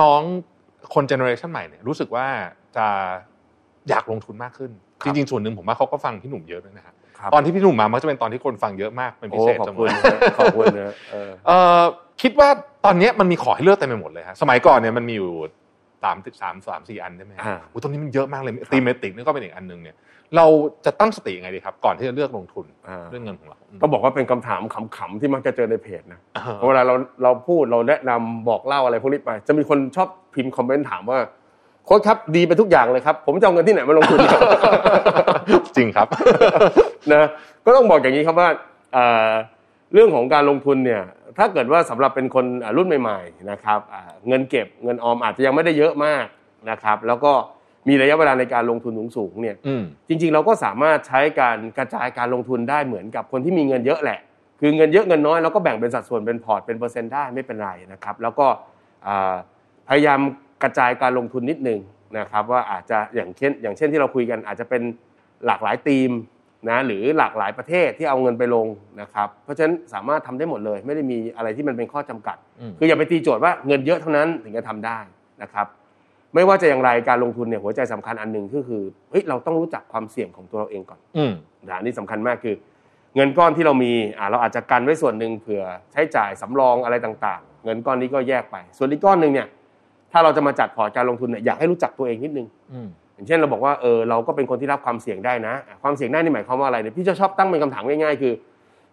น้องๆคนเจเนอเรชันใหม่เนี่ยรู้สึกว่าจะอยากลงทุนมากขึ้น ค จ รับ ริงๆ ส่วนหนึ่งผมว่าเขาก็ฟังพี่หนุ่มเยอะด้วยนะฮะ ครับ ตอนที่พี่หนุ่มมามักจะเป็นตอนที่คนฟังเยอะมากเป็นพิ โอ้ เศษ ขอบ จำน คุ ว ณ น นะขอบคุณนะเออ เอ่อคิดว่าตอนเนี้ยมันมีของให้เลือกเต็มไปหมดเลยฮะสมัยก่อนเนี่ยมันมีอยู่สามสามสามสี่อันใช่ไหมฮะ อ่า โอ้ตอนนี้มันเยอะมากเลยตีเมติกนี่ก็เป็นอีกอันหนึ่งเนี่ย เราจะตั้งสติยังไงดีครับ ก่อนที่จะเลือกลงทุน อ่า เรื่องเงินของเรา ต้องบอกว่าเป็นคำถามขำๆที่มักจะเจอในเพจนะ เวลาเราเราพูดเราแนะนำบอกเล่าอะไรพวกนี้ไป จะมีคนชอบพิมพ์คอมเมนต์ถามว่าโค้ชครับดีไปทุกอย่างเลยครับ ผมจะเอาเงินที่ไหนมาลงทุน จริงครับ นะก็ต้องบอกอย่างนี้ครับว่าเอ่อเรื่องของการลงทุนเนี่ยถ้าเกิดว่าสำหรับเป็นคนอ่ารุ่นใหม่ๆนะครับอ่าเงินเก็บเงินออมอาจจะยังไม่ได้เยอะมากนะครับ แล้วก็มีระยะเวลาในการลงทุนสูงๆเนี่ย อืม จริงๆ เราก็สามารถใช้การกระจายการลงทุนได้เหมือนกับคนที่มีเงินเยอะแหละ คือเงินเยอะเงินน้อยเราก็แบ่งเป็นสัดส่วนเป็นพอร์ตเป็นเปอร์เซ็นต์ได้ไม่เป็นไรนะครับ แล้วก็อ่าพยายามกระจายการลงทุนนิดนึงนะครับว่าอาจจะอย่างเช่นอย่างเช่นที่เราคุยกันอาจจะเป็นหลากหลายธีม นะหรือหลากหลายประเทศที่เอาเงินไปลงนะครับ เพราะฉะนั้นสามารถทำได้หมดเลย ไม่ได้มีอะไรที่มันเป็นข้อจำกัด อืม คืออย่าไปตีโจทย์ว่าเงินเยอะเท่านั้นถึงจะทำได้นะครับ ไม่ว่าจะอย่างไรการลงทุนเนี่ยหัวใจสำคัญอันหนึ่งก็คือเฮ้ยเราต้องรู้จักความเสี่ยงของตัวเราเองก่อน อืม นะอันนี่สำคัญมากคือ เงินก้อนที่เรามีอ่ะเราอาจจะกันไว้ส่วนหนึ่งเผื่อใช้จ่ายสำรองอะไรต่างๆ เงินก้อนนี้ก็แยกไป ส่วนอีกก้อนหนึ่งเนี่ยถ้าเราจะมาจัดพอร์ตการลงทุนเนี่ยอยากให้รู้จักตัวเองนิดนึง อืม อย่างเช่นเราบอกว่าเออเราก็เป็นคนที่รับความเสี่ยงได้นะอ่ะความเสี่ยงได้นี่หมายความว่าอะไรเนี่ยพี่จะชอบตั้งเป็นคำถามง่ายๆ คือ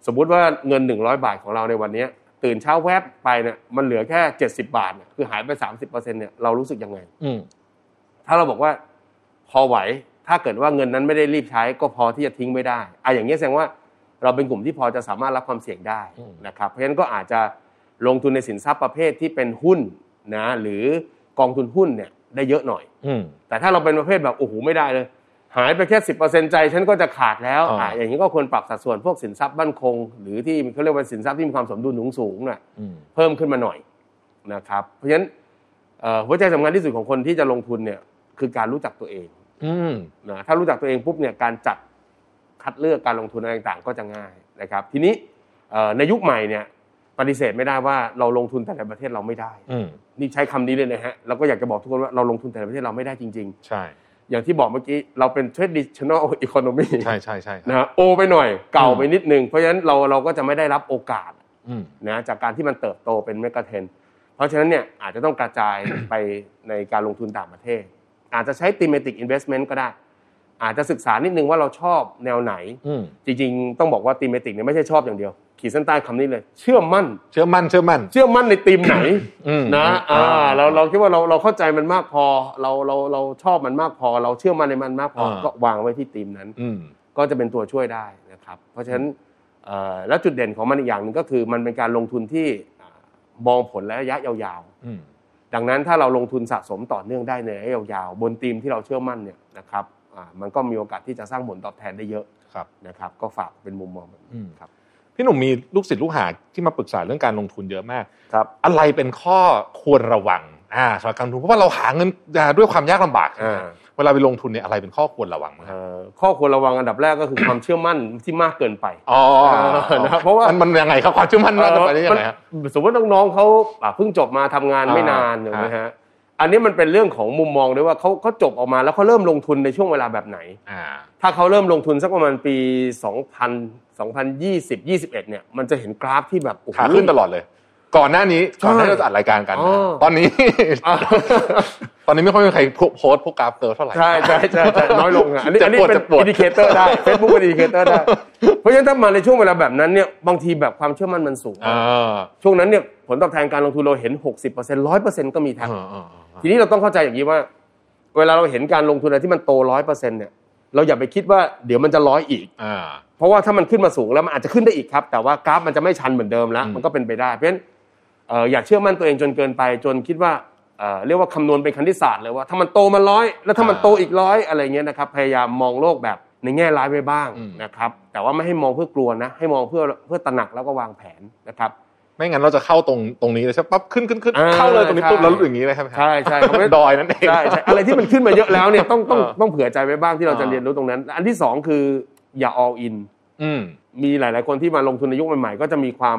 สมมุติว่าเงิน 100 บาทของเราในวันเนี้ยตื่นเช้าแวบไปเนี่ยมันเหลือแค่ 70 บาทเนี่ยคือหายไป 30%เนี่ยเรารู้สึกยังไง อืม ถ้าเราบอกว่าพอไหวถ้าเกิดว่าเงินนั้นไม่ได้รีบใช้ก็พอที่จะทิ้งไม่ได้อะอย่างนี้ยแสดงว่าเราเป็นกลุ่มที่พอจะสามารถรับความเสี่ยงได้ อืม นะครับเพราะฉะนั้นก็อาจจะลงทุนในสินทรัพย์ประเภทที่เป็นหุ้นนะหรือกองทุนหุ้นเนี่ยได้เยอะหน่อย อืม แต่ถ้าเราเป็นประเภทแบบโอ้โหไม่ได้เลย หายไปแค่สิใจฉันก็จะขาดแล้ว อ่า อ่ะอย่างนี้ก็ควรปรับสัดส่วนพวกสินทรัพย์มั่นคง หรือที่เขาเรียกว่าสินทรัพย์ที่มีความสมดุลสูงสูงๆน่ะ อืม เพิ่มขึ้นมาหน่อยนะครับ เพราะฉะนั้นเอ่อหัวใจสำคัญที่สุดของคนที่จะลงทุนเนี่ยคือการรู้จักตัวเอง อืม นะถ้ารู้จักตัวเองปุ๊บเนี่ยการจัดคัดเลือกการลงทุนอะไรต่างๆ ก็จะง่ายนะครับ ทีนี้เอ่อในยุคใหม่เนี่ยปฏิเสธไม่ได้ว่าเราลงทุนแต่ในประเทศเราไม่ได้ อืม นี่ใช้คำนี้เลยนะฮะเราก็อยากจะบอกทุกคนว่าเราลงทุนแต่ในประเทศเราไม่ได้จริง ใช่ ๆ อย่างที่บอกเมื่อกี้เราเป็น traditional economy ใช่ใช่ใช่ครับ นะฮะโอไปหน่อยเก่าไปนิดนึงเพราะฉะนั้นเราเราก็จะไม่ได้รับโอกาส อืม นะจากการที่มันเติบโตเป็นเมกะเทรนด์เพราะฉะนั้นเนี่ยอาจจะต้องกระจาย ไปในการลงทุนต่างประเทศ อาจจะใช้ thematic investment ก็ได้ อาจจะศึกษานิดนึงว่าเราชอบแนวไหน อืม จริงๆ ต้องบอกว่า thematic เนี่ยไม่ใช่ชอบอย่างเดียว ขีดเส้นใต้คำนี้เลย เชื่อมั่น เชื่อมั่นเชื่อมั่น เชื่อมั่นในธีมไหน อืม นะ อืม อ่า อ่า เราเราคิดว่าเราเราเข้าใจมันมากพอ เราเราเราชอบมันมากพอ เราเชื่อมั่นในมันมากพอ อ่า ก็วางไว้ที่ธีมนั้น อืม ก็จะเป็นตัวช่วยได้นะครับ เพราะฉะนั้นเอ่อแล้วจุดเด่นของมันอีกอย่างหนึ่งก็คือมันเป็นการลงทุนที่อ่ามองผลและระยะยาว อืม ๆ ดังนั้นถ้าเราลงทุนสะสมต่อเนื่องได้ในระยะยาวๆ บนธีมที่เราเชื่อมั่นเนี่ยนะครับอ่ามันก็มีโอกาสที่จะสร้างผลตอบแทนได้เยอะ ครับ นะครับ ก็ฝากเป็นมุมมองแบบ อื นี้ ม ครับ พี่หนุ่มมีลูกศิษย์ลูกหาที่มาปรึกษาเรื่องการลงทุนเยอะมาก ครับ อะไรเป็นข้อควรระวังอ่าสำหรับการลงทุนเพราะว่าเราหาเงินอ่าด้วยความยากลำบาก อ่า เวลาไปลงทุนเนี่ยอะไรเป็นข้อควรระวังบ้างครับ เอ่อข้อควรระวังอันดับแรกก็คือ ความเชื่อมั่นที่มากเกินไป อ๋อ นะครับเพราะว่ามั นมันยังไงครับความเชื่อมั่นมันจะไปได้ยังไงฮะ เอ่อมันสมมติน้องๆเขาอ่ะเพิ่งจบมาทำงาน อ่า ไม่นานถูกไหม ฮะ ฮะอันนี้มันเป็นเรื่องของมุมมองด้วยว่าเขาเขาจบออกมาแล้วเขาเริ่มลงทุนในช่วงเวลาแบบไหน อ่า ถ้าเขาเริ่มลงทุนสักประมาณปี 2000 2020 21เนี่ยมันจะเห็นกราฟที่แบบโอ้โห ขาขึ้นตลอดเลย ก่อนหน้านี้ ใช่ ก่อนหน้าเราจะอัดรายการกันนะ อ๋อ ตอนนี้ อ่ะ ตอนนี้ไม่ค่อยมีใครโพสต์พวกกราฟเตอร์เท่าไหร่ ใช่ใช่ใช่ใช่น้อยลงอ่ะอันนี้ จะ อันนี้ ปวด เป็น จะปวด อินดิเคเตอร์ได้เฟซบุ๊กเป็นอินดิเคเตอร์ ได้ เพราะฉะนั้นถ้ามาในช่วงเวลาแบบนั้นเนี่ยบางทีแบบความเชื่อมั่นมันสูง อ่ มา าก ช่วงนั้นเนี่ยผลตอบแทนการลงทุนเราเห็น 60% 100%ก็มีทาง อ่าอ่าอ่า ทีนี้เราต้องเข้าใจอย่างนี้ว่า เวลาเราเห็นการลงทุนอะไรที่มันโตร้อยเปอร์เซ็นต์เนี่ยเราอย่าไปคิดว่าเดี๋ยวมันจะร้อยอีก อ่า เพราะว่าถ้ามันขึ้นมาสูงแล้วมันอาจจะขึ้นได้อีกครับ แต่ว่ากราฟมันจะไม่ชันเหมือนเดิมแล้ว อืม มันก็เป็นไปได้เพราะฉะนั้นเอ่ออย่าเชื่อมั่นตัวเองจนเกินไป จนคิดว่าเอ่อเรียกว่าคำนวณเป็นคณิตศาสตร์เลยว่าถ้ามันโตมาร้อยแล้วถ้ามันโตอีกร้อยอะไรเงี้ยนะครับพยายามมองโลกแบบในแง่ร้ายไว้บ้างนะครับแต่ว่าไม่ให้มองเพื่อกลัวนะให้มองเพื่อเพื่อตระหนักแล้วก็วางแผนนะครับ ไม่งั้นเราจะเข้าตรงตรงนี้เลยใช่ปะปั๊บขึ้นขึ้นขึ้น อ่า เข้าเลยตรงนี้ ใช่ ปุ๊บแล้วอย่างนี้เลยใช่ไหมครับ ใช่ใช่ครับเพราะฉะนั้น ดอยนั่นเอง ใช่ใช่ อะไรที่มันขึ้นมาเยอะแล้วเนี่ยต้องต้อง เออ ต้องเผื่อใจไว้บ้างที่เราจะ อ่า เรียนรู้ตรงนั้น อันที่สองคืออย่า all in อืม มีหลาย ๆ คนที่มาลงทุนในยุคใหม่ ๆ ก็จะมีความ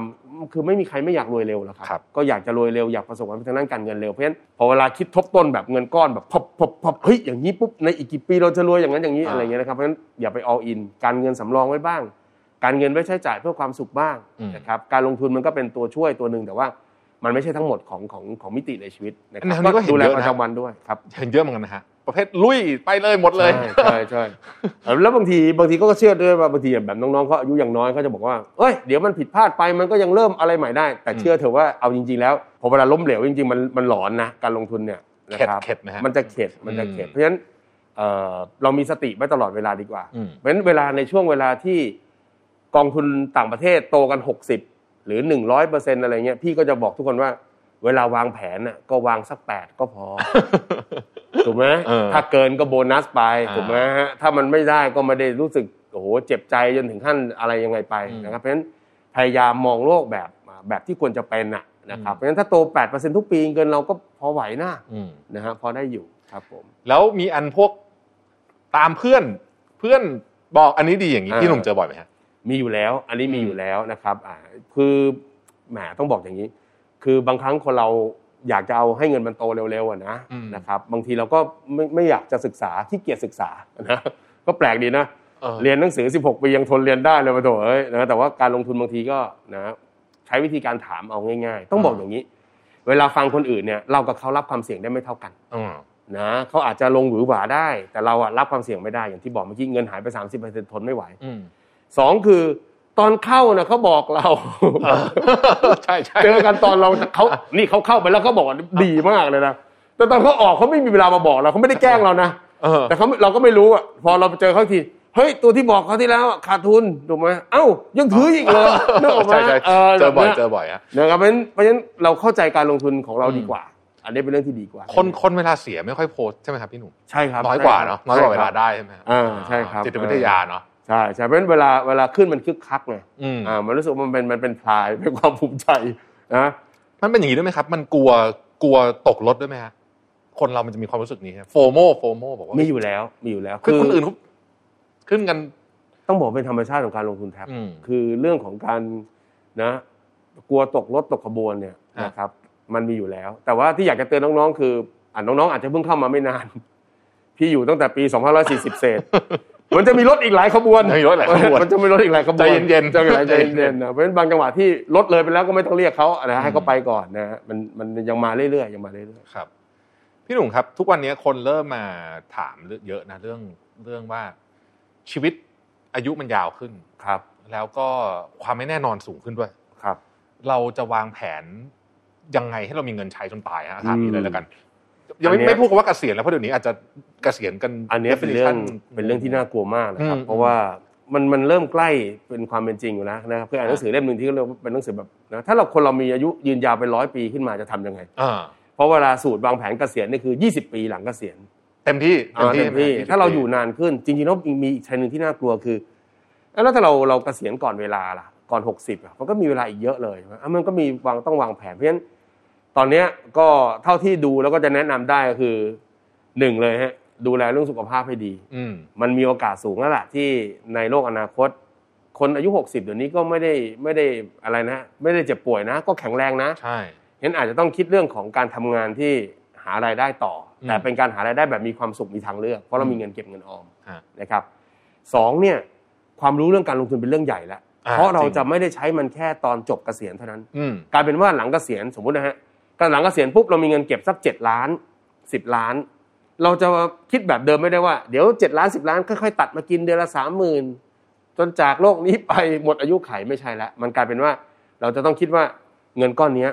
คือไม่มีใครไม่อยากรวยเร็วหรอกคครั รับ บ ก็อยากจะรวยเร็วอยากประสบความสำเร็จทางด้านการเงินเร็วเพราะฉะนั้นพอเวลาคิดทบต้นแบบเงินก้อนแบบพบพบพบเฮ้ยอย่างนี้ปุ๊บในอีกกี่ปีเราจะรวยอย่างนั้นอย่างนี้อะไรเงี้ยนะครับเพราะฉะนั้นอย่าไป all in การเงินสำรองไว้บ้าง การเงินไว้ใช้จ่ายเพื่อความสุขบ้างนะครับการลงทุนมันก็เป็นตัวช่วยตัวหนึ่งแต่ว่ามันไม่ใช่ทั้งหมดของของของมิติในชีวิตนะค อันนั้ รับ นก็เห็น ดูแล เยอะนะ ประจำวันด้วยครับ เห็นเยอะเหมือนกันนะฮะ ประเภทลุยไปเลยหมดเลย ใช่ใช่ใช่แล้วบางทีบางทีก็เชื่อด้วยว่าบางทีแบบน้องๆเขาอายุอย่างน้อยเขาจะบอกว่าเอ้ยเดี๋ยวมันผิดพลาดไปมันก็ยังเริ่มอะไรใหม่ได้ แต่เชื่อเถอะว่าเอาจริง ๆ แล้วพอเวลาล้มเหลวจริงๆมันมันหลอนนะการลงทุนเนี่ยนะ เข็ด ครับ เข็ดไหมฮะ มันจะเข็ดมันจะเข็ด อืม เพราะฉะนั้นเอ่อเรามีสติไว้ตลอดเวลาดีกว่า อืม เพราะฉะนั้นเวลาในช่วงเวลาที่กองทุนต่างประเทศโตกัน 60 หรือ 100เปอร์เซ็นต์อะไรเงี้ยพี่ก็จะบอกทุกคนว่าเวลาวางแผนน่ะก็วางสักแปดก็พอ ถูกไหม เออ ถ้าเกินก็โบนัสไป อ่า ถูกไหมฮะถ้ามันไม่ได้ก็ไม่ได้รู้สึกโอ้โหเจ็บใจจนถึงขั้นอะไรยังไงไป อืม นะครับเพราะฉะนั้นพยายามมองโลกแบบแบบที่ควรจะเป็นน่ะนะครับ อืม เพราะฉะนั้นถ้าโต 8%ทุกปีเงินเราก็พอไหวนะ อืม นะฮะพอได้อยู่ครับผม แล้วมีอันพวกตามเพื่อนเพื่อน บอกอันนี้ดีอย่างนี้ เออ พี่หนุ่มเจอบ่อยไหมฮะ มีอยู่แล้ว อันนี้มีอยู่แล้วนะครับอ่าคือแหมต้องบอกอย่างนี้ คือบางครั้งคนเราอยากจะเอาให้เงินมันโตเร็วๆอะนะ อืม นะครับ บางทีเราก็ไม่ไม่อยากจะศึกษาที่เกียจศึกษานะก็แปลกดีนะ เรียนหนังสือ 16 ปียังทนเรียนได้เลยปะโถเอ้ยนะแต่ว่าการลงทุนบางทีก็นะใช้วิธีการถามเอาง่าย ๆ ต้องบอกอย่างนี้ เวลาฟังคนอื่นเนี่ยเรากับเขารับความเสี่ยงได้ไม่เท่ากัน อืม นะเขาอาจจะลงหวือหวาได้ แต่เราอะรับความเสี่ยงไม่ได้อย่างที่บอกเมื่อกี้เงินหายไป 30%ทนไม่ไหว อืม สองคือตอนเข้านะเขาบอกเรา ใช่ใช่ เจอกันตอนเราเขานี่เขาเข้าไปแล้วเขาบอกว่าดีมากเลยนะแต่ตอนเขาออกเขาไม่มีเวลามาบอกเราเขาไม่ได้แกล้งเรานะ เออ แต่เขาเราก็ไม่รู้อ่ะพอเราไปเจอเขาอีกทีเฮ้ยตัวที่บอกเขาวที่แล้วอะขาดทุนถูกไหมเอ้ายังถืออีกเลยนึกออกไหม ใช่ใช่ เออ เจอบ่อย แบบ เจ นี้ อบ่อยฮะ นะครับเพราะฉะนั้นเพราะฉะนั้นเราเข้าใจการลงทุนของเรา อืม ดีกว่า อันนี้เป็นเรื่องที่ดีกว่า คนคนเวลาเสียไม่ค่อยโพสต์ใช่ไหมครับพี่หนุ่ม ใช่ครับ น้อยกว่าเนาะน้อยกว่าเว ใช่ ลา ครับ ได้ใช่ไหมฮะ อ่าใช่ครับ จิตวิทยาเนาะ ใช่ใช่เพราะฉะนั้นเวลาเวลาขึ้นมันคึกคักไง อืม อ่ามันรู้สึกว่ามันเป็นมันเป็นพลายเป็นความภูมิใจนะ มันเป็นอย่างนี้ด้วยไหมครับ มันกลัวกลัวตกรถด้วยไหมฮะคนเรามันจะมีความรู้สึกนี้โฟโมโฟโมบอกว่า มีอยู่แล้วมีอยู่แล้ว คือคนอื่นเขาขึ้นกัน ต้องบอกเป็นธรรมชาติของการลงทุนแท็บ อืม คือเรื่องของการนะ กลัวตกรถตกขบวนเนี่ย ฮะ นะครับ มันมีอยู่แล้ว แต่ว่าที่อยากจะเตือนน้องๆ คืออ่าน้องๆ อาจจะเพิ่งเข้ามาไม่นาน พี่อยู่ตั้งแต่ปี 2540 เศษ มันจะมีรถอีกหลายขบวน มีรถหลายขบวน มันจะมีรถอีกหลายขบวน ใจเย็นๆ ใจเย็นๆ ใจ ใจ เย็นๆ เย็นๆนะเพราะฉะนั้นบางจังหวะที่รถเลยไปแล้วก็ไม่ต้องเรียกเขานะฮะให้เขาไปก่อนนะฮะมันมันยังมาเรื่อยๆยังมาเรื่อย ครับ พี่หนุ่มครับ ทุกวันนี้คนเริ่มมาถามเยอะนะเรื่องเรื่องว่าชีวิตอายุมันยาวขึ้น ๆครับ แล้วก็ความไม่แน่นอนสูงขึ้นด้วย ครับ เราจะวางแผนยังไงให้เรามีเงินใช้จนตายฮะถามนี้เลยแล้วกัน ยัง อันไม่เนี้ย ไม่พูดคำว่าเกษียณแล้วเพราะเดี๋ยวนี้อาจจะเกษียณกัน อันเนี้ยเป็นเรื่อง definition เป็นเรื่องที่น่ากลัวมากนะครับ อืม เพราะว่ามันมันเริ่มใกล้เป็นความเป็นจริงอยู่แล้วนะครับคืออ่านหนังสือเล่มหนึ่งที่เขาเรียกว่าเป็นหนังสือแบบนะถ้าเราคนเรามีอายุยืนยาวเป็นร้อยปีขึ้นมาจะทำยังไง อ่า เพราะเวลาสูตรวางแผนเกษียณนี่คือ 20 ปีหลังเกษียณ เต็มที่ อ่าเต็มที่ ต็ม ถ้าเราอยู่นานขึ้น จริงๆแล้วมีอีกชัยหนึ่งที่น่ากลัวคือแล้วถ้าเราเราเกษียณก่อนเวลาล่ะก่อน 60อ่ะมันก็มีเวลาอีกเยอะเลยอ่ะมันก็มีวางต้องวางแผนเพราะฉะนั้นตอนเนี้ยก็เท่าที่ดูแล้วก็จะแนะนำได้ก็คือหนึ่งเลยฮะดูแลเรื่องสุขภาพให้ดี อืม มันมีโอกาสสูงแล้วล่ะที่ในโลกอนาคต คนอายุ 60 เดี๋ยวนี้ก็ไม่ได้ไม่ได้อะไรนะ ไม่ได้เจ็บป่วยนะ ก็แข็งแรงนะ ใช่ เห็นอาจจะต้องคิดเรื่องของการทำงานที่หารายได้ต่ออ ม แต่เป็นการหารายได้แบบมีความสุขมีทางเลือก เพราะเรา อืม มีเงินเก็บเงินออม ฮะ นะครับสองเนี่ยความรู้เรื่องการลงทุนเป็นเรื่องใหญ่แล้ว อ่า เพราะเรา จริง จะไม่ได้ใช้มันแค่ตอนจบเกษียณเท่านั้น อืม กลายเป็นว่าหลังเกษียณสมมุตินะฮะการหลังเกษียณปุ๊บเรามีเงินเก็บสักเจ็ดล้านสิบล้าน เราจะคิดแบบเดิมไม่ได้ว่าเดี๋ยวเจ็ดล้านสิบล้านค่อยๆตัดมากินเดือนละสามหมื่นจนจากโลกนี้ไปหมดอายุไขไม่ใช่ละมันกลายเป็นว่าเราจะต้องคิดว่าเงินก้อนเนี้ย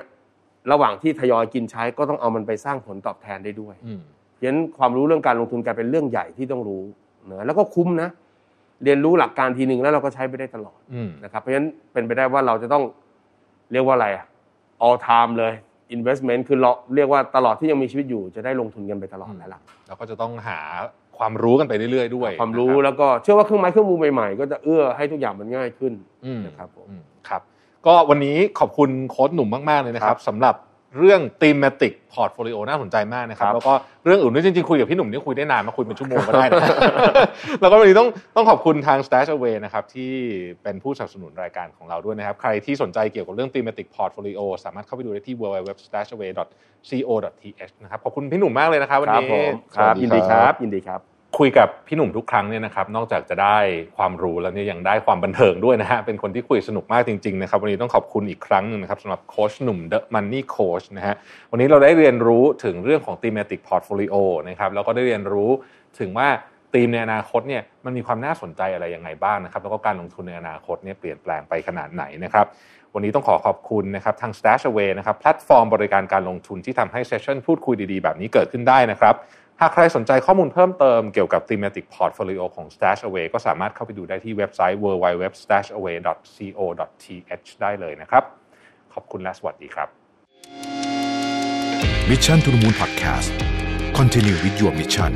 ระหว่างที่ทยอยกินใช้ก็ต้องเอามันไปสร้างผลตอบแทนได้ด้วย อืม เพราะฉะนั้นความรู้เรื่องการลงทุนกลายเป็นเรื่องใหญ่ที่ต้องรู้นะแล้วก็คุ้มนะ เรียนรู้หลักการทีหนึ่งแล้วเราก็ใช้ไปได้ตลอด อืม นะครับเพราะฉะนั้นเป็นไปได้ว่าเราจะต้องเรียกว่าอะไรอะ all time เลย investment คือเราเรียกว่าตลอดที่ยังมีชีวิตอยู่จะได้ลงทุนกันไปตลอดแล้วล่ะ เราก็จะต้องหาความรู้กันไปเรื่อยๆด้วย ความรู้ นะบ แล้วก็เชื่อว่าเครื่องไม้เครื่องมือใหม่ๆ ก็จะเอื้อให้ทุกอย่างมันง่ายขึ้น อืม นะครับผม อืมครับ ก็วันนี้ขอบคุณโค้ชหนุ่มมาก ๆ เลยนะครับสำหรับเรื่อง thematic portfolio น่าสนใจมากนะครับ ครับ แล้วก็เรื่องอื่นด้วยจริง ๆ คุยกับพี่หนุ่มนี่คุยได้นานมาคุยเป็นชั่วโมงก็ได้ นะ แล้วก็วันนี้ต้องต้องขอบคุณทาง stash away นะครับที่เป็นผู้สนับสนุนรายการของเราด้วยนะครับ ใครที่สนใจเกี่ยวกับเรื่อง thematic portfolio สามารถเข้าไปดูได้ที่ www.stashaway.co.th นะครับขอบคุณพี่หนุ่มมากเลยนะครับวัน ครับ นี้ ผม ส ครั วั บ สดี ยินดีครับยินดีครับ คุยกับพี่หนุ่มทุกครั้งเนี่ยนะครับนอกจากจะได้ความรู้แล้วเนี่ยยังได้ความบันเทิงด้วยนะฮะเป็นคนที่คุยสนุกมากจริงๆนะครับวันนี้ต้องขอบคุณอีกครั้งหนึ่งนะครับสำหรับโค้ชหนุ่มเดอะมันนี่โค้ชนะฮะวันนี้เราได้เรียนรู้ถึงเรื่องของ thematic portfolio นะครับแล้วก็ได้เรียนรู้ถึงว่าธีมในอนาคตเนี่ยมันมีความน่าสนใจอะไรยังไงบ้างนะครับแล้วก็การลงทุนในอนาคตเนี่ยเปลี่ยนแปลงไปขนาดไหนนะครับ วันนี้ต้องขอขอบคุณนะครับทาง Stash Away นะครับแพลตฟอร์มบริการการลงทุนที่ทำให้เซสชั่นพูดคุยดีๆ แบบนี้เกิดขึ้นได้นะครับ หากใครสนใจข้อมูลเพิ่มเติมเกี่ยวกับ thematic portfolio ของ Stash Away ก็สามารถเข้าไปดูได้ที่เว็บไซต์ www.stashaway.co.th ได้เลยนะครับ ขอบคุณและสวัสดีครับ มิชชั่นทุลมูลพอดแคสต์คอนเทนิววิดีโอมิชชั่น